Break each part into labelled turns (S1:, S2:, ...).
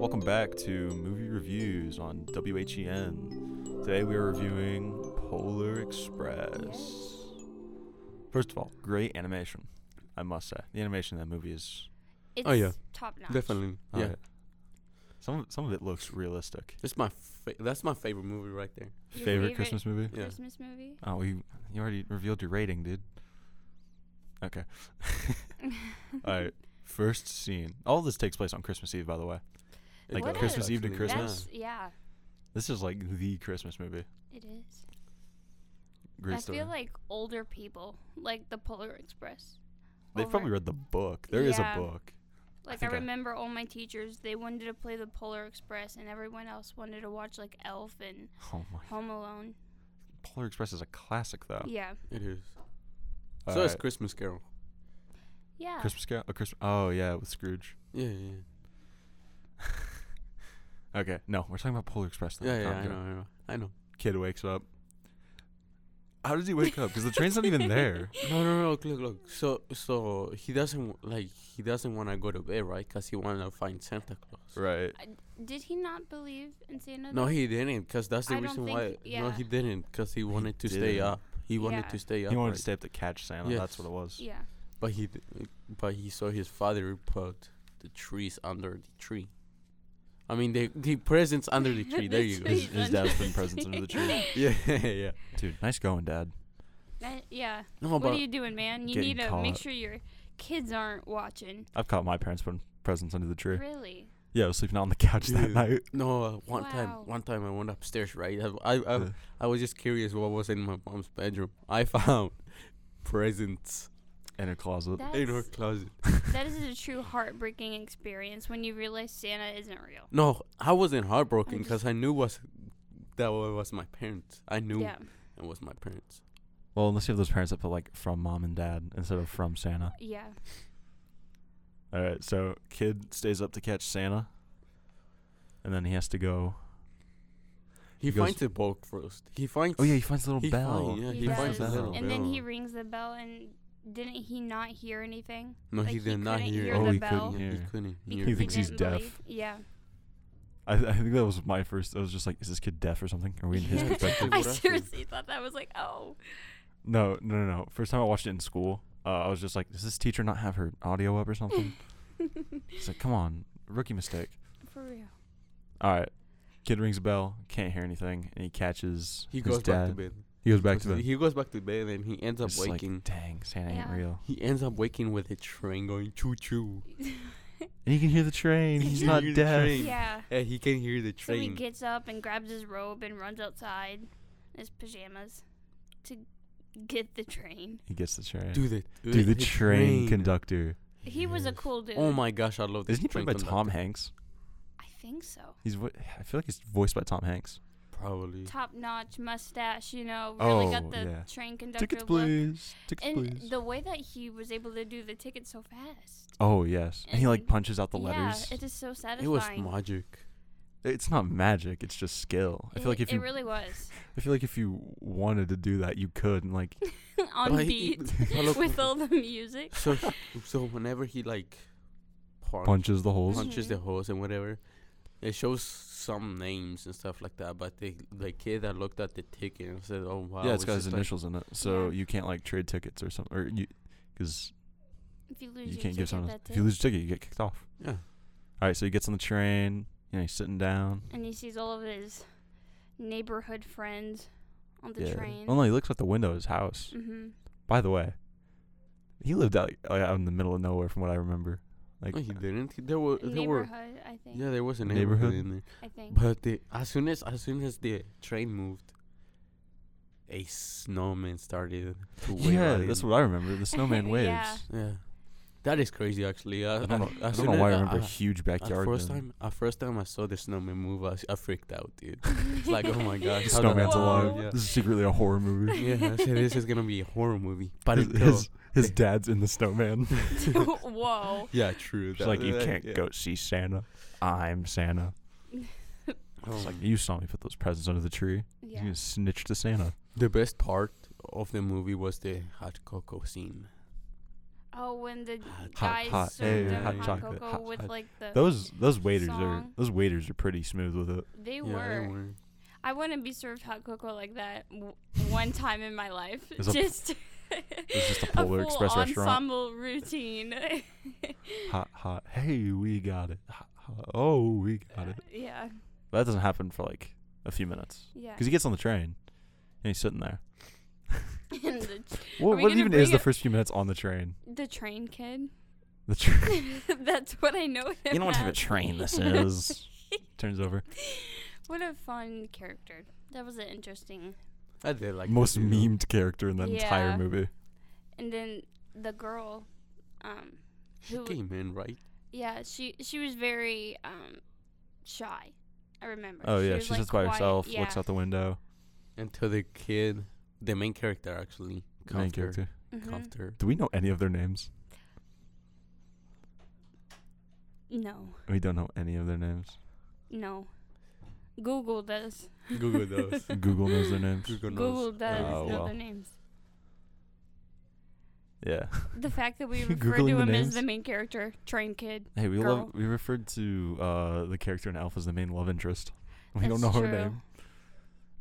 S1: Welcome back to Movie Reviews on WHEN. Today we are reviewing Polar Express. First of all, great animation, I must say. The animation in that movie is
S2: It's
S3: Oh, yeah.
S2: top notch.
S3: Definitely.
S1: uh,
S3: yeah.
S1: Some some of it looks realistic.
S3: That's my fa- that's my favorite movie right there.
S2: Your
S1: favorite, Christmas movie?
S3: Yeah.
S2: Christmas movie.
S1: Oh, we you already revealed your rating, dude. Okay. all right. First scene. All this takes place on Christmas Eve, by the way.
S3: It
S1: Like
S2: What
S3: does,
S1: Christmas Eve to
S3: actually,
S1: Christmas?
S2: That's, yeah,
S1: This is like the Christmas movie.
S2: it is.
S1: Great
S2: I
S1: story.
S2: feel like older people like the Polar Express.
S1: They've
S2: over-
S1: probably read the book. There is
S2: Yeah.
S1: a book.
S2: Like I,
S1: think I-
S2: remember all my teachers, they wanted to play the Polar Express, and everyone else wanted to watch like Elf and
S1: Oh my.
S2: Home Alone.
S1: Polar Express is a classic though.
S2: Yeah,
S3: Yeah. It is.
S1: All
S3: so it's
S1: right.
S3: Christmas Carol.
S2: yeah.
S1: Christmas Carol. Oh, Christmas. Oh yeah, with Scrooge.
S3: Yeah, yeah,
S1: Okay, no, we're talking about Polar Express. Though.
S3: yeah, yeah.
S1: Calm
S3: I
S1: down.
S3: know, I know, I know.
S1: Kid wakes up. How does he wake up? Because the train's not even there.
S3: No, no, no. Look, look, look. So, so he doesn't w- like he doesn't want to go to bed, right? Cause he wanted to find Santa Claus.
S1: Right.
S2: Did he not believe in Santa?
S3: No,
S2: though?
S3: he didn't. Cause that's the
S2: I don't
S3: reason
S2: think
S3: why.
S2: he- yeah.
S3: No, he didn't. Cause he wanted to stay
S1: didn't.
S3: up. He wanted
S2: Yeah.
S3: to stay up.
S1: He wanted
S3: right?
S1: to stay up to catch Santa. That's what it was.
S2: Yeah,
S3: But he, d- but he saw his father put the trees under the tree. I mean, the the presents under the tree.
S2: The
S3: there you go.
S2: trees
S1: His, his
S2: under
S1: dad's
S2: the
S1: been presents under the tree.
S3: yeah, yeah.
S1: Dude, nice going, Dad.
S2: That- yeah.
S3: No,
S2: What are
S3: but
S2: you doing, man? You
S1: getting
S2: need to make
S1: caught.
S2: sure your kids aren't watching.
S1: I've caught my parents putting presents under the tree.
S2: Really?
S1: Yeah, I was sleeping out on the couch that
S3: Dude.
S1: night.
S3: no. Uh, one time,
S2: Wow.
S3: one time I went upstairs. Right, I, I, I,
S1: Yeah.
S3: I was just curious what was in my mom's bedroom. I found presents
S1: In a closet.
S3: in her
S2: That's,
S3: closet.
S2: that is a true heartbreaking experience when you realize Santa isn't real.
S3: No, I wasn't heartbroken
S2: just-
S3: because I knew was that wa- was my parents. I knew
S2: Yeah.
S3: it was my parents.
S1: Well, unless you have those parents that put like from mom and dad instead of from Santa.
S2: Yeah.
S1: All right, so kid stays up to catch Santa, and then he has to go.
S3: He,
S1: He goes-
S3: finds a book first. He finds.
S1: Oh yeah, he finds the little
S3: He
S1: bell.
S3: find- yeah,
S2: He
S3: he, finds
S1: does.
S3: a little
S2: And then he
S3: bell.
S2: rings the bell, and didn't he not hear anything?
S3: No,
S2: like,
S3: he
S2: he
S3: did not
S2: couldn't
S3: hear.
S2: hear
S3: it.
S1: Oh,
S2: the
S1: he
S2: bell.
S1: couldn't
S3: He
S1: hear.
S3: couldn't
S2: Because
S3: hear.
S1: He thinks he's
S2: didn't
S1: deaf.
S2: believe- Yeah.
S1: I, I think that was my first. I was just like, is this kid deaf or something? Are we in his
S3: Yeah.
S1: perspective?
S2: I
S3: What happened?
S2: seriously thought that was like, oh.
S1: No, no, no, no. First time I watched it in school, uh, I was just like, does this teacher not have her audio up or something? it's like, come on, rookie mistake.
S2: For real.
S1: All right, kid rings a bell, can't hear anything, and he catches.
S3: He
S1: his
S3: goes back to
S1: dad.
S3: bed.
S1: He goes back to
S3: Because
S1: bed.
S3: He goes back to bed and he ends up
S1: It's like,
S3: waking.
S1: dang, Santa ain't
S2: Yeah.
S1: real.
S3: he ends up waking with a train going choo choo.
S1: And he can hear the train. He's
S3: He
S1: not
S3: hear the
S1: deaf.
S3: train.
S2: yeah.
S3: And he can hear the
S2: So he
S3: train.
S2: gets up and grabs his robe and runs outside in his pajamas to get the train.
S1: He gets the train.
S3: Do the
S1: Dude, the train conductor.
S2: He was a
S3: Yes.
S2: cool dude.
S3: Oh my gosh, I love this.
S1: Isn't he played by
S3: train
S1: Tom
S3: conductor.
S1: Hanks?
S2: I think so.
S1: He's vo- I feel like he's voiced by Tom Hanks.
S3: Probably.
S2: Top notch mustache, you know, really
S1: Oh,
S2: got the
S1: yeah.
S2: train conductor
S1: Tickets,
S2: look.
S1: please. Tickets,
S2: And
S1: please.
S2: the way that he was able to do the ticket so fast.
S1: oh yes, and, he like
S2: and-
S1: punches out the letters.
S2: Yeah, it is so
S3: It was
S2: satisfying.
S3: magic.
S1: it's not magic. It's just skill. I feel
S2: It-
S1: like if
S2: it
S1: you,
S2: really was
S1: I feel like if you wanted to do that, you could. And like,
S2: on
S3: Like,
S2: beat
S3: I look-
S2: with all the music.
S3: So, he- so whenever he like punch,
S1: punches the holes.
S3: punches
S2: Mhm.
S3: the horse and whatever, it shows some names and stuff like that. But the the kid that looked at the ticket and said, "Oh wow."
S1: yeah, it's got
S3: just
S1: his
S3: like-
S1: initials in it, so
S2: Yeah.
S1: you can't like trade tickets or something, or you, because
S2: If you lose,
S1: you
S2: your
S1: can't give
S2: ticket,
S1: someone.
S2: that's
S1: If you
S2: it.
S1: lose your ticket, you get kicked off.
S3: Yeah.
S1: All right, so he gets on the train. You know, he's sitting down.
S2: and he sees all of his neighborhood friends on the
S1: yeah.
S2: train.
S1: Well, no, he looks out the window of his house.
S2: mm-hmm.
S1: By the way, he lived out like, out in the middle of nowhere, from what I remember. Like,
S3: No, he didn't. He- There were there were
S2: Neighborhood, Mm-hmm. I think.
S3: yeah, there was a
S1: Neighborhood?
S3: neighborhood in there.
S2: I think.
S3: But the, as soon as as soon as the train moved, a snowman started to wave.
S1: yeah,
S3: at
S1: that's
S3: him.
S1: what I remember. The snowman waves.
S2: Yeah.
S3: Yeah, that is crazy. Actually, I,
S1: I don't know, I
S3: as
S1: don't
S3: soon
S1: know why I
S3: as-
S1: remember a huge backyard.
S3: At uh, first
S1: then.
S3: time, at first time I saw the snowman move, I, s- I freaked out, dude. It's like, oh my gosh,
S1: The
S3: how did I-
S1: snowman's alive.
S2: Whoa.
S3: Yeah.
S1: This is secretly a horror movie.
S3: Yeah, I said this is gonna be a horror movie, but
S1: his,
S3: it
S1: his, his dad's in the snowman.
S2: Whoa.
S3: Yeah, true.
S1: She's like, you can't go see Santa. I'm Santa.
S3: Oh,
S1: It's like you saw me put those presents under the tree. You
S2: Yeah.
S1: gonna snitch to Santa.
S3: the best part of the movie was the hot cocoa scene.
S2: Oh, when the
S3: Hot-
S2: guys
S1: hot-
S2: served
S3: hey,
S2: them
S3: hot
S2: hot,
S1: chocolate,
S2: cocoa
S1: hot-
S2: with
S3: hot-
S2: like the
S1: Those those waiters are
S2: Song.
S1: those waiters are pretty smooth with it.
S2: they
S3: yeah,
S2: were.
S3: they were.
S2: I wouldn't be served hot cocoa like that w- one time in my life.
S1: It's a-
S2: just
S1: It's just a
S2: a
S1: Polar
S2: full
S1: Express restaurant.
S2: ensemble routine.
S1: Hot hot. Hey, we got it. Hot, hot. Oh, we got it.
S2: yeah,
S1: That doesn't happen for like a few minutes
S2: yeah.
S1: because he gets on the train and he's sitting there.
S2: And the,
S1: What,
S2: we
S1: what
S2: gonna
S1: even is
S2: bring
S1: the
S2: up-
S1: first few minutes on the train?
S2: the train kid.
S1: The train.
S2: That's what I know him.
S1: you know what type
S2: as.
S1: of train this is. Turns over.
S2: What a fun character. That was an interesting.
S3: I did like
S1: Most
S3: that, you know.
S1: memed character in the entire
S2: Yeah.
S1: movie.
S2: And then the girl, um,
S3: She
S2: who
S3: came in right.
S2: yeah, she she was very um shy. I remember.
S1: Oh yeah,
S2: was,
S1: she
S2: like,
S1: sits by
S2: quiet.
S1: herself,
S2: Yeah.
S1: looks out the window.
S3: Until the kid, the main character actually,
S1: The main
S3: cuffed her-
S1: character.
S2: Mhm.
S3: cuffed her.
S1: Do we know any of their names?
S2: No,
S1: We don't know any of their names.
S2: no. Google does.
S3: Google those.
S1: Google knows their names.
S3: Google,
S2: Google
S3: knows.
S2: does
S1: Oh,
S2: know
S1: well.
S2: their names.
S1: Yeah.
S2: The fact that we
S1: You
S2: refer to
S1: Googling the
S2: him as
S1: names?
S2: the main character, Train Kid.
S1: Hey, we
S2: Girl.
S1: love we referred to uh, the character in Alpha as the main love interest. We don't
S2: That's
S1: know her
S2: true.
S1: name.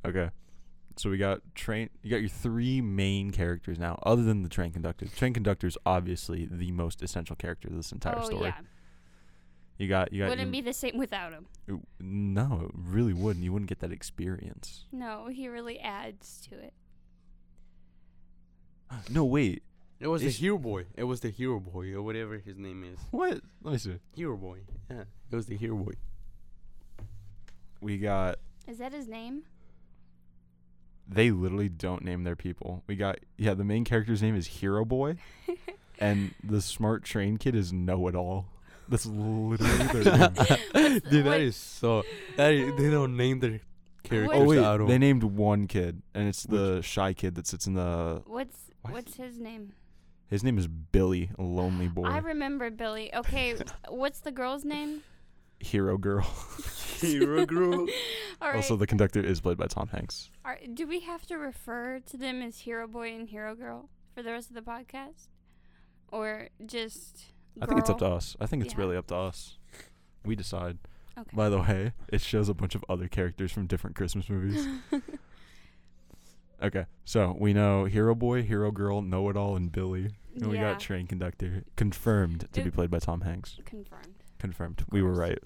S1: Okay. So we got train you got your three main characters now, other than the train conductor. The train conductor's obviously the most essential character of this entire
S2: oh
S1: story.
S2: yeah,
S1: You got you got
S2: wouldn't
S1: your-
S2: be the same without him.
S1: it- No, it really wouldn't. You wouldn't get that experience.
S2: No, he really adds to it.
S1: No, wait.
S3: It was the
S1: Is-
S3: hero boy. It was the hero boy or whatever his name is.
S1: What? Let me see.
S3: Hero boy. Yeah, it was the hero boy.
S1: We got
S2: Is that his name?
S1: they literally don't name their people. We got yeah, the main character's name is Hero Boy, and the smart train kid is Know It All. That's literally their name.
S3: Dude,
S2: what-
S3: that is so. That is, they don't name their characters
S1: Oh
S3: at
S1: wait,
S3: all.
S1: they named one kid, and it's the shy kid that sits in the.
S2: What's
S1: Why is
S2: what's his name?
S1: His name is Billy, a lonely boy,
S2: I remember Billy. Okay, what's the girl's name?
S1: hero girl.
S3: hero girl.
S2: All right.
S1: Also, the conductor is played by Tom Hanks.
S2: are- do we have to refer to them as Hero Boy and Hero Girl for the rest of the podcast, or just?
S1: I think it's up to
S2: girl?
S1: us. I think it's
S2: Yeah.
S1: really up to us. We decide.
S2: Okay.
S1: By the way, it shows a bunch of other characters from different Christmas movies. okay, so we know Hero Boy, Hero Girl, Know It All, and Billy. And we
S2: yeah,
S1: got Train Conductor, confirmed to be
S2: It-
S1: played by Tom Hanks.
S2: confirmed.
S1: Confirmed. We were
S2: course.
S1: right.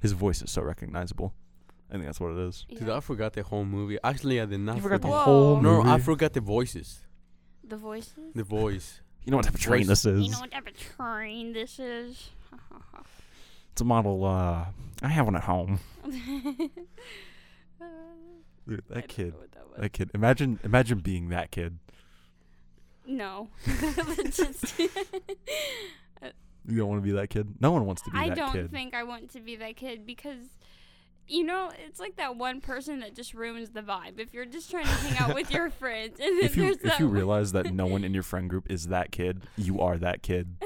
S1: His voice is so recognizable. I think that's what it is.
S3: Dude,
S2: Yeah.
S3: I forgot the whole movie. Actually, I did not.
S1: You forgot the
S2: Whoa.
S3: forget.
S1: whole
S3: No,
S1: movie.
S3: I forgot the voices.
S2: The voices.
S3: The voice.
S1: You know what type of train
S3: voice.
S1: this is?
S2: You know what type of train this is?
S1: it's a model. Uh, I have one at home.
S2: Uh,
S1: Dude, that
S2: I don't
S1: kid.
S2: know what that was.
S1: That kid. Imagine, imagine being that kid.
S2: no. Just-
S1: You don't want to be that kid. No one wants to be
S2: I
S1: that
S2: don't
S1: kid.
S2: think I want to be that kid because you know, it's like that one person that just ruins the vibe. If you're just trying to hang out with your friends and then
S1: if you
S2: there's
S1: if
S2: that
S1: you
S2: one-
S1: realize that no one in your friend group is that kid, you are that kid.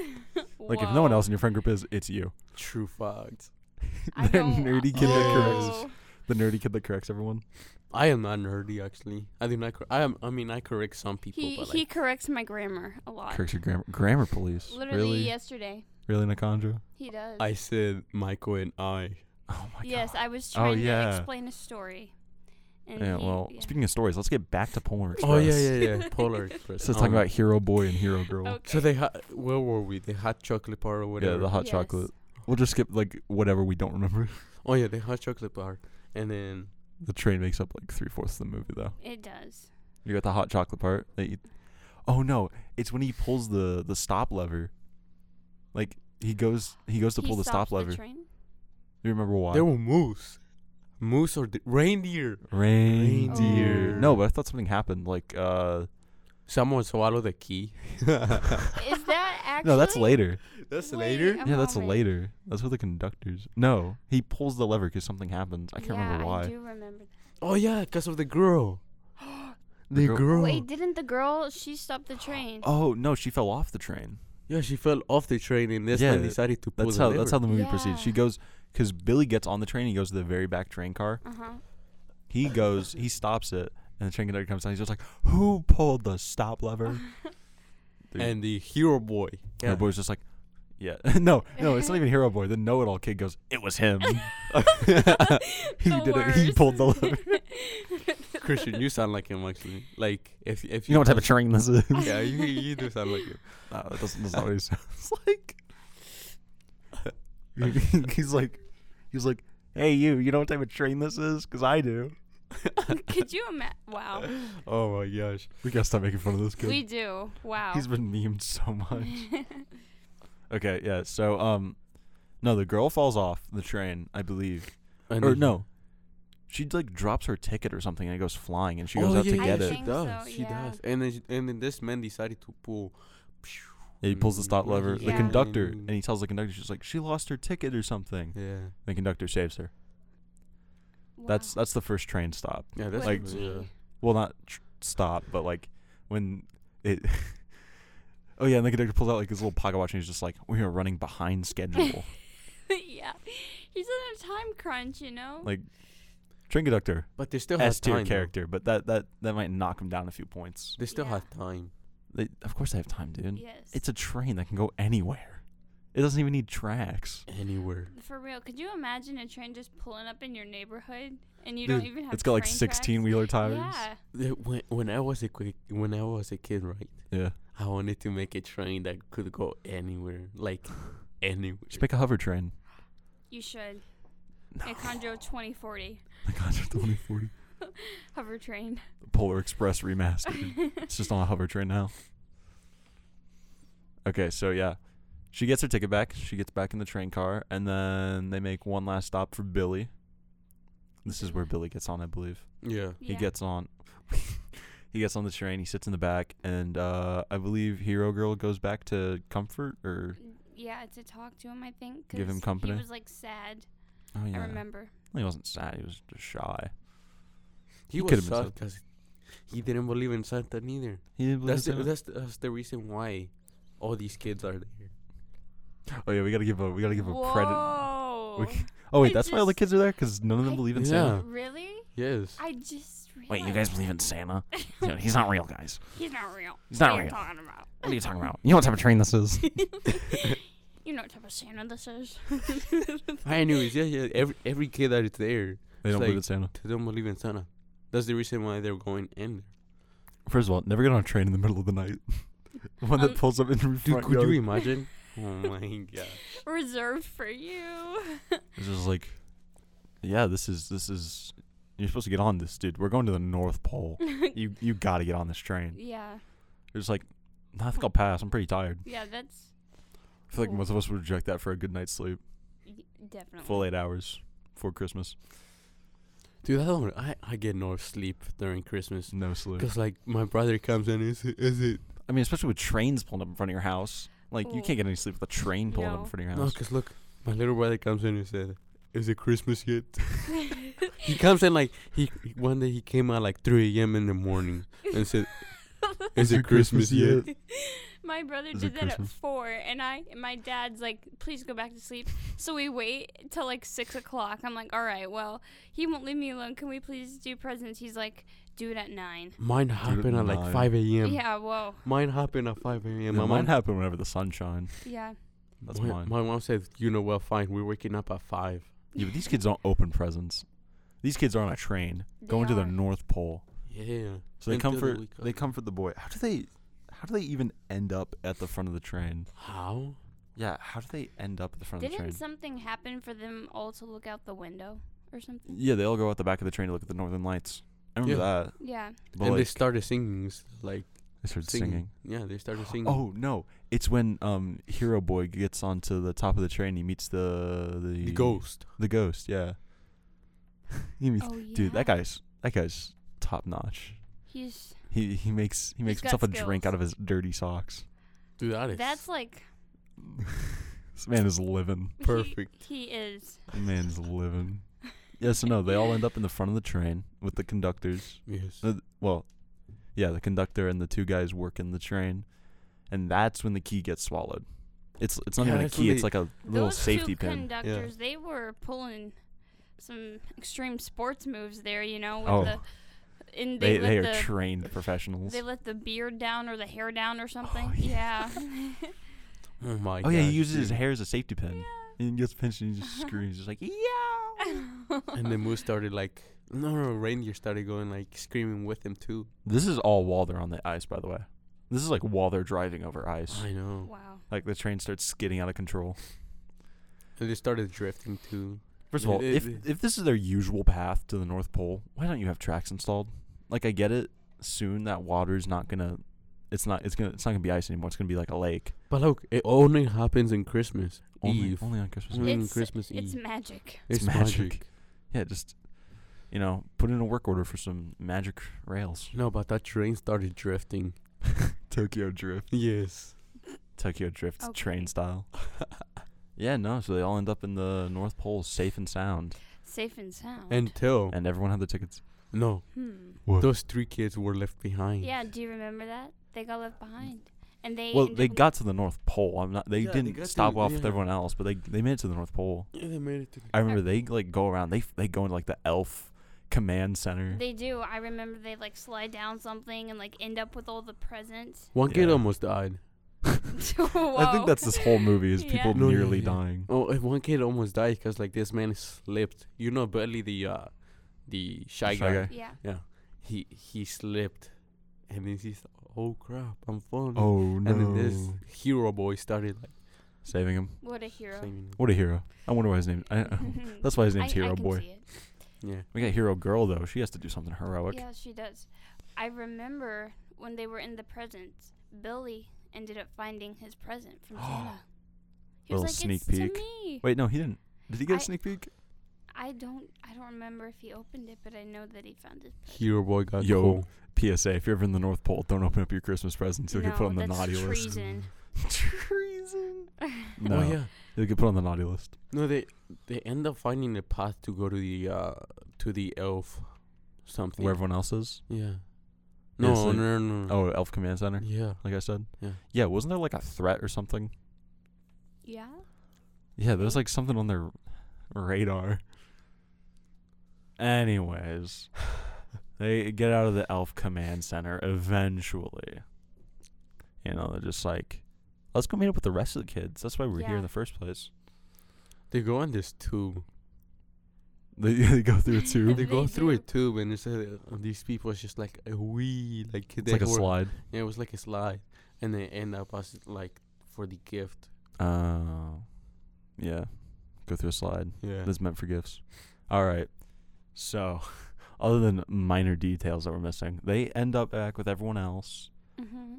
S1: Like if no
S2: Whoa.
S1: one else in your friend group is, it's you.
S3: True facts.
S2: I
S1: the
S2: don't- uh,
S1: nerdy kid that corrects
S2: Whoa.
S1: the nerdy kid that corrects everyone.
S3: I am not nerdy. Actually, I do not. Cor- I am. I mean, I correct some people,
S2: He
S3: but
S2: he
S3: like,
S2: corrects my grammar a lot.
S1: Corrects your grammar grammar police.
S2: Literally
S1: really?
S2: yesterday.
S1: Really Nakandra?
S2: He does.
S3: I said Michael and I.
S1: Oh my
S2: yes, I was
S1: Oh,
S2: trying
S1: yeah.
S2: to explain a story. And
S1: god. Yeah,
S2: he-
S1: well,
S2: yeah.
S1: speaking of stories, let's get back to Polar Express.
S3: Oh yeah, yeah, yeah. Polar Express.
S1: So talking
S3: Um,
S1: about Hero Boy and Hero Girl.
S2: Okay.
S3: So they had. Where were we? The hot chocolate bar or whatever.
S1: yeah, the hot
S2: Yes.
S1: chocolate. We'll just skip like whatever we don't remember.
S3: oh yeah, the hot chocolate bar. And then
S1: The train makes up like three fourths of the movie though.
S2: It does.
S1: You got the hot chocolate part. That you, oh no, it's when he pulls the the stop lever. Like he goes, he goes to
S2: He
S1: pull the
S2: stops
S1: stop lever.
S2: train?
S1: you remember why?
S3: there were moose, moose or the reindeer.
S1: reindeer.
S3: Reindeer.
S1: Oh. No, but I thought something happened. Like uh,
S3: Someone swallowed the key.
S2: Is that actually?
S1: no, that's later.
S3: That's
S2: Wait,
S3: later.
S2: a
S1: yeah, that's
S2: moment.
S1: later. That's with the conductors. No, he pulls the lever because something happens. I can't
S2: yeah,
S1: remember why.
S2: I do remember
S3: Oh yeah, because of the girl.
S1: The
S3: the
S1: girl-
S3: girl.
S2: Wait, didn't the girl she stopped the train?
S1: Oh no, she fell off the train.
S3: yeah, she fell off the train and that's
S1: Yeah,
S3: when decided to pull
S1: That's
S3: the
S1: how. That's how
S3: lever.
S1: the movie proceeds. She
S2: Yeah.
S1: goes because Billy gets on the train. He goes to the very back train car.
S2: Uh huh.
S1: He goes, he stops it, and the train conductor comes down. He's just like, "Who pulled the stop lever?" Dude.
S3: and the hero boy.
S1: Hero Boy's just like, yeah, no, no, it's not even Hero Boy. The know-it-all kid goes, it was him. he
S2: The
S1: did it. He pulled the
S2: worst.
S1: lever.
S3: Christian, you sound like him actually. Like if if
S1: You know what type
S3: have
S1: of train this is?
S3: a yeah, you you do sound like him.
S1: No, that doesn't. That's not what he sounds like. he's like, he's like, hey, you. You know what type of train this is? Because I do.
S2: Could you imagine? Wow.
S3: Oh my gosh.
S1: We gotta stop making fun of this kid.
S2: We do. Wow.
S1: He's been memed so much. okay, yeah. So, um, no, the girl falls off the train, I believe,
S3: And
S1: or
S3: then-
S1: no, she like drops her ticket or something, and it goes flying, and she
S3: Oh,
S1: goes out
S3: yeah,
S1: to
S3: yeah,
S1: get
S2: I
S1: it.
S3: She
S2: think so,
S3: does. she
S2: yeah.
S3: does. And then she- and then this man decided to pull.
S1: Yeah, he pulls the stop lever. The
S2: Yeah.
S1: conductor, and he tells the conductor, she's like, she lost her ticket or something.
S3: Mm. Yeah.
S1: The conductor saves her. That's that's the first train stop.
S3: Yeah, that's
S1: Like-
S3: what-
S2: Gee.
S1: well not tr- stop but like when it oh yeah and the conductor pulls out like his little pocket watch and he's just like we are running behind schedule
S2: yeah. He's in a time crunch, you know.
S1: like train conductor
S3: But they still
S1: s
S3: have
S1: tier
S3: time. though.
S1: character but that that that might knock him down a few points
S3: They still
S2: Yeah.
S3: have time.
S1: they, of course they have time dude
S2: yes.
S1: it's a train that can go anywhere it doesn't even need tracks
S3: Anywhere.
S2: For real, could you imagine a train just pulling up in your neighborhood and you don't
S1: Dude,
S2: even have?
S1: it's got like
S2: train
S1: 16
S2: tracks?
S1: wheeler tires
S2: Yeah.
S3: The- When when I was a quick when I was a kid, right?
S1: yeah
S3: I wanted to make a train that could go anywhere, like anywhere.
S1: just make a hover train
S2: You should.
S1: no.
S2: A Conjo 2040
S1: the Contra 2040
S2: hover train.
S1: Polar Express remastered. it's just on a hover train now. Okay, so yeah. She gets her ticket back. She gets back in the train car, and then they make one last stop for Billy. This is where Billy gets on, I believe.
S3: Yeah.
S1: He
S2: Yeah.
S1: gets on. he gets on the train. He sits in the back, and uh, I believe Hero Girl goes back to comfort or
S2: Yeah, to talk to him, I think.
S1: Give him
S2: 'cause
S1: company?
S2: He was like sad.
S1: oh yeah,
S2: I remember.
S1: he wasn't sad. He was just shy.
S3: He,
S1: He
S3: was
S1: could've been
S3: sad because he didn't believe in Santa neither.
S1: He didn't believe
S3: That's the,
S1: in
S3: that's the, that's the reason why all these kids are there.
S1: Santa. oh yeah, we gotta give a we gotta give a credit.
S2: Whoa.
S1: c- Oh wait,
S2: I
S1: that's why all the
S2: just-
S1: kids are there because none of them
S2: I-
S1: believe in
S3: Yeah.
S1: Santa.
S2: really?
S3: Yes.
S2: I just. Realized.
S4: Wait, you guys believe in Santa? You know, he's not real, guys.
S2: He's not real.
S4: He's not
S2: what are you
S4: real.
S2: talking about?
S4: What are you talking about? You know what type of train this is?
S2: You know what type of Santa this is?
S3: I knew it. Yeah, yeah. Every every kid that is there,
S1: They
S3: It's
S1: don't believe
S3: like-
S1: in Santa.
S3: they don't believe in Santa. That's the reason why they're going in.
S1: First of all, never get on a train in the middle of the night. One that
S2: Um,
S1: pulls up in your
S3: Dude,
S1: front
S3: could
S1: yard.
S3: you imagine? oh my god.
S2: Reserved for you.
S1: It's just like, yeah, this is this is. You're supposed to get on this, dude. We're going to the North Pole. you you got to get on this train.
S2: yeah.
S1: It's like, "Nah, I think I'll pass. I'm pretty tired.
S2: Yeah, that's
S1: I feel like
S2: Cool.
S1: most of us would reject that for a good night's sleep,
S2: y- definitely.
S1: full eight hours before Christmas,
S3: Dude, I don't. I, I get no sleep during Christmas.
S1: no sleep.
S3: Cause like my brother comes in, is it? Is it?
S1: I mean, especially with trains pulling up in front of your house. Like you
S2: Ooh.
S1: can't get any sleep with a train pulling up
S2: No.
S1: in front of your
S3: No,
S1: house.
S3: cause look, my little brother comes in and said, "Is it Christmas yet?" he comes in like he one day he came out like 3 a.m. in the morning and said, "Is it Christmas yet?"
S2: my brother
S1: Is
S2: did
S1: it
S2: that
S1: Christmas?
S2: at four, and I, and my dad's like, "Please go back to sleep." So we wait till like six o'clock. I'm like, "All right, well, he won't leave me alone. Can we please do presents?" He's like, "Do it at nine.
S3: Mine happened at
S1: nine.
S3: like 5 a.m.
S2: Yeah, whoa,
S3: Mine happened at 5
S1: Yeah,
S3: a.m. My
S1: mine
S3: mom
S1: happened whenever the sun shines.
S2: yeah.
S1: That's
S3: my,
S1: mine.
S3: My mom said, "You know, well, fine. We're waking up at 5.
S1: Yeah, but these kids don't open presents. These kids are on a train
S2: They
S1: going to the
S2: are-
S1: North Pole.
S3: Yeah.
S1: So they
S3: Until
S1: comfort
S3: wake
S1: they
S3: up.
S1: comfort the boy. How do they how do they even end up at the front of the train?
S3: How?
S1: Yeah, how do they end up at the front of the
S2: Didn't
S1: train?
S2: something happen for them all to look out the window or something?
S1: yeah, they all go out the back of the train to look at the northern lights. I remember that.
S2: Yeah.
S1: But
S3: and
S1: like,
S3: they
S1: they,
S3: started singing, s- like
S1: started
S3: singing.
S1: singing.
S3: Yeah, they started singing.
S1: Oh no. It's when um Hero Boy gets onto the top of the train, he meets the the,
S3: the ghost.
S1: The ghost, yeah. he meets
S2: Oh yeah.
S1: Dude, that guy's that guy's top notch.
S2: He's
S1: He he makes he makes
S2: got
S1: himself a drink
S2: skills.
S1: out of his dirty socks.
S3: Dude, that is.
S2: that's like
S1: This man is living.
S2: he-
S3: Perfect.
S2: He, is.
S1: The man is living. Yeah, so no, they all end up in the front of the train with the conductors.
S3: yes.
S1: Uh, well, yeah, the conductor and the two guys working the train, and that's when the key gets swallowed. It's it's not
S3: Yeah,
S1: even a
S3: that's when
S1: key; it's
S3: they-
S1: like a little
S2: Those
S1: safety
S2: two
S1: pin.
S2: conductors, they were pulling some extreme sports moves there, you know, with
S1: Oh.
S2: the and
S1: They
S2: they,
S1: they
S2: let
S1: are
S2: the,
S1: trained professionals.
S2: they let beard down or the hair down or something. yeah.
S1: yeah.
S3: Oh my
S1: oh yeah, he
S3: gosh,
S1: uses his
S3: dude.
S1: hair as a safety pin. And he gets pinched and he just screams. He's like, yeah.
S3: And the moose started like no, no, reindeer started going like screaming with him too.
S1: This is all while they're on the ice, by the way. This is like while they're driving over ice.
S3: I know.
S2: wow.
S1: Like the train starts skidding out of control.
S3: And they started drifting too.
S1: First of
S3: It-
S1: all,
S3: it-
S1: if
S3: it-
S1: if this is their usual path to the North Pole, why don't you have tracks installed? Like I get it, soon that water's not gonna, it's not it's gonna it's not gonna be ice anymore. It's gonna be like a lake.
S3: But look, it only happens in Christmas
S1: Only,
S3: Eve.
S1: only on Christmas. Eve.
S3: Only
S1: Mm.
S3: on
S2: It's-
S3: Christmas
S2: It's
S3: Eve.
S2: magic.
S1: it's magic. Yeah, just you know, put in a work order for some magic rails.
S3: No, but that train started drifting.
S1: Tokyo Drift.
S3: Yes.
S1: Tokyo Drift
S2: Okay.
S1: train style. yeah, no. So they all end up in the North Pole, safe and sound,
S2: Safe and sound.
S3: Until
S1: and everyone had the tickets.
S3: no,
S2: hmm.
S3: those three kids were left behind.
S2: Yeah, do you remember that? They got left behind. And they
S1: Well,
S2: ended
S1: they
S2: up-
S1: got to the North Pole. I'm not. They
S3: Yeah, they
S1: didn't
S3: got
S1: stop
S3: to-
S1: off with
S3: yeah.
S1: everyone else, but they they made it to the North Pole.
S3: Yeah, they made it to the
S1: I remember they like go around. They f- they go into like the elf command center.
S2: They do. I remember they like slide down something and like end up with all the presents.
S3: One kid
S1: Yeah.
S3: almost died.
S1: I think that's this whole movie is
S2: Yeah.
S1: people
S3: No, yeah,
S1: nearly
S3: yeah.
S1: dying.
S3: Oh, if one kid almost died because like this man slipped. You know, Burley the uh, the shy,
S1: Shy
S3: guy.
S1: guy.
S2: Yeah.
S3: He he slipped, and then he's like, "Oh crap, I'm falling."
S1: Oh
S3: and
S1: no!
S3: then this hero boy started like
S1: Saving him.
S2: What a hero.
S3: singing.
S1: What a hero! I wonder why his name. I, that's why his
S2: I-
S1: name's
S2: I
S1: Hero
S2: can
S1: Boy.
S2: see it.
S3: Yeah.
S1: We got Hero Girl though. She has to do something heroic.
S2: Yeah, she does. I remember when they were in the presents, Billy ended up finding his present from Santa. He
S1: Little
S2: was like,
S1: sneak
S2: it's
S1: peek."
S2: to me.
S1: Wait, no, he didn't. Did he get a
S2: I-
S1: sneak peek?
S2: I don't I don't remember if he opened it, but I know that he found his present.
S3: Hero boy got
S1: Yo.
S3: cold.
S1: PSA: If you're ever in the North Pole, don't open up your Christmas presents. You'll
S2: no,
S1: get put on the
S2: that's
S1: naughty list.
S2: treason.
S1: treason. No,
S3: Oh yeah.
S1: you'll get put on the naughty list.
S3: No, they they end up finding a path to go to the uh to the elf something.
S1: Where everyone else is.
S3: Yeah.
S1: Yeah,
S3: No,
S1: it's like-
S3: no, no, no.
S1: Oh, Elf Command Center.
S3: Mm-hmm. Yeah.
S1: Like I said.
S3: Yeah.
S1: Yeah. Wasn't there like a threat or something?
S2: Yeah.
S1: Yeah, there's like something on their radar. Anyways, they get out of the elf command center eventually. You know, they're just like, let's go meet up with the rest of the kids. That's why we're here
S2: Yeah.
S1: in the first place.
S3: They go on this tube.
S1: They, they go through a
S3: They,
S1: tube.
S2: They
S3: go through a
S2: do.
S3: tube, and it's uh, these people. It's just like a wee, like
S1: it's like a
S3: were,
S1: slide.
S3: Yeah, it was like a slide, and they end up as like for the gift.
S1: Oh, yeah. Go through a slide.
S3: Yeah.
S1: That's meant for gifts. All right. So, other than minor details that we're missing, they end up back with everyone else.
S2: Mm-hmm.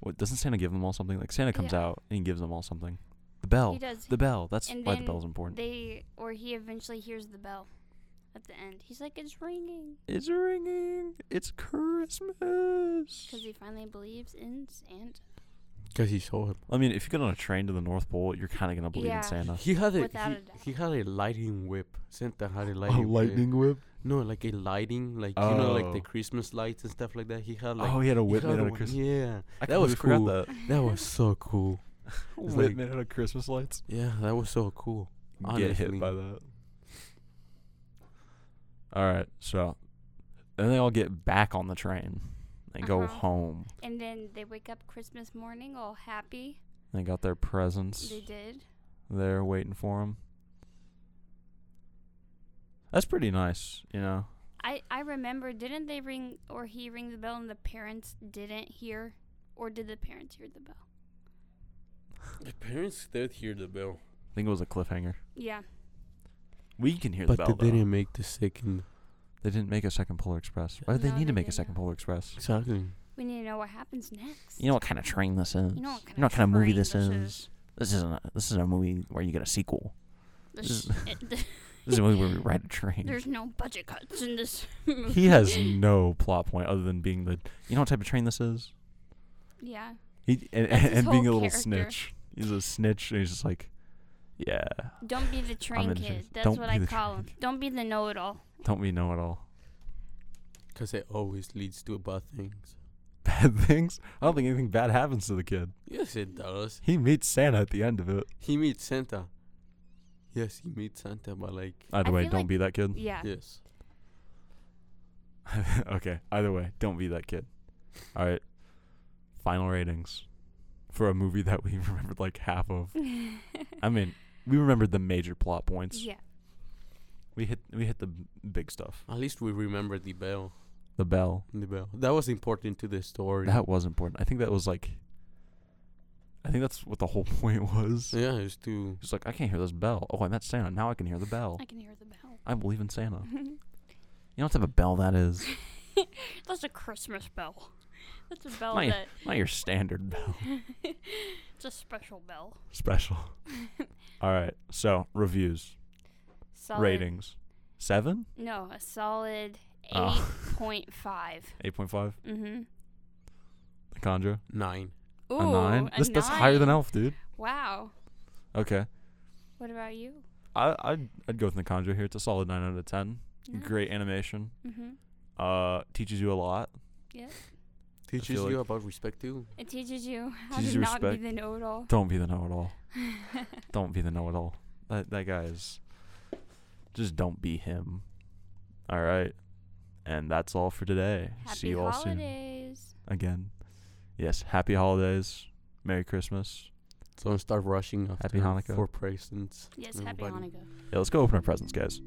S1: What doesn't Santa give them all something? Like Santa comes
S2: Yeah.
S1: out and he gives them all something. The bell.
S2: He does.
S1: Oh, The bell. That's
S2: And
S1: why the
S2: then
S1: bell's important.
S2: They or he eventually hears the bell at the end. He's like, it's ringing
S1: It's ringing. It's Christmas.
S2: because he finally believes in Santa.
S3: Because he saw him.
S1: I mean, if you get on a train to the North Pole, you're kind of gonna believe
S2: Yeah.
S1: in Santa.
S3: He had a,
S2: Without
S3: he,
S2: a doubt.
S3: he had a lightning whip. Santa had a lightning. Whip.
S1: whip.
S3: No, like a lighting, like you know, like the
S1: Oh.
S3: Christmas lights and stuff like that. He had like
S1: oh, he had a whip
S3: he had
S1: made out
S3: a
S1: of
S3: one-
S1: Christmas.
S3: Yeah,
S1: I
S3: that
S1: completely
S3: was
S1: forgot
S3: cool.
S1: That
S3: that was so cool.
S1: whip
S3: like-
S1: made out of Christmas lights.
S3: Yeah, that was so cool.
S1: Get
S3: Honestly.
S1: hit by that. All right. So, then they all get back on the train and go
S2: Uh-huh.
S1: home.
S2: And then they wake up Christmas morning all happy.
S1: They got their presents.
S2: They did.
S1: there waiting for him. That's pretty nice, you know.
S2: I I remember. Didn't they ring or he ring the bell and the parents didn't hear, or did the parents hear the bell?
S3: The parents did hear the bell,
S1: I think it was a cliffhanger.
S2: Yeah.
S1: We can hear
S3: but
S1: the bell.
S3: they
S1: though.
S3: didn't make the second.
S1: They didn't make a second Polar Express. Why did they
S2: No,
S1: need
S2: they
S1: to make a
S2: didn't.
S1: second Polar Express?
S3: Exactly.
S2: We need to know what happens next.
S4: You know what kind of train this is.
S2: You know what
S4: You know what kind of movie
S2: train
S4: this is. This isn't. A, this isn't a movie where you get a sequel.
S2: The
S4: This
S2: sh- it-
S4: This is a movie where we ride a train.
S2: There's no budget cuts in this.
S1: he has no plot point other than being the. You know what type of train this is?
S2: Yeah.
S1: He and,
S2: That's
S1: and,
S2: his
S1: being a little
S2: whole character.
S1: snitch. He's a snitch, and he's just like, yeah,
S2: Don't be the train
S1: in
S2: kid.
S1: charge.
S2: That's
S1: Don't
S2: what
S1: be
S2: I
S1: the
S2: call
S1: train
S2: him.
S1: kid.
S2: Don't be the know-it-all.
S1: don't we know it all?
S3: Because it always leads to bad things.
S1: Bad things. I don't think anything bad happens to the kid.
S3: Yes, it does.
S1: He meets Santa at the end of it.
S3: He meets Santa. Yes, he meets Santa, but like,
S1: Either
S2: I
S1: way,
S2: feel
S1: don't
S2: like-
S1: be that kid.
S2: Yeah.
S3: yes.
S1: okay. Either way, don't be that kid. All right. Final ratings for a movie that we remembered like half of. I mean, we remembered the major plot points.
S2: yeah.
S1: We hit we hit the b- big stuff.
S3: At least we remember the bell.
S1: The bell.
S3: The bell. That was important to the story.
S1: That was important. I think that was like I think that's what the whole point was.
S3: yeah, it's too.
S1: It's like I can't hear this bell. Oh, I met Santa. Now I can hear the bell.
S2: I can hear the bell.
S1: I believe in Santa.
S4: You know what type of bell that is?
S2: That's a Christmas bell. That's a bell
S1: Nice.
S2: that
S1: Not your standard bell.
S2: it's a special bell.
S1: Special. All right. So, reviews,
S2: Solid,
S1: ratings. 7?
S2: No, a solid eight
S1: Oh.
S2: point five.
S1: 8.5.
S2: Mm-hmm.
S1: The Conjure.
S3: Nine.
S2: Ooh,
S1: a 9.
S2: a
S1: This that's higher than
S2: nine.
S1: Elf, dude.
S2: Wow.
S1: Okay.
S2: What about you?
S1: I I'd, I'd go with The Conjure here. It's a solid 9 out of 10. Great animation.
S2: Mm-hmm.
S1: Uh teaches you a lot.
S2: Yes.
S3: Teaches
S1: feel
S3: you
S1: like-
S3: about respect too.
S2: It teaches you how
S1: Teaches
S2: to
S1: you
S2: not
S1: respect.
S2: be the know-it-all.
S1: Don't be the know-it-all. don't be the know-it-all. That that guy is just don't be him. All right. And that's all for today.
S2: Happy
S1: See you all soon
S2: holidays.
S1: again. Yes, happy holidays. Merry Christmas.
S3: So I start rushing after
S1: Hanukkah.
S3: for presents.
S2: Yes, happy
S3: Everybody.
S2: Hanukkah.
S1: Yeah, let's go open our presents, guys.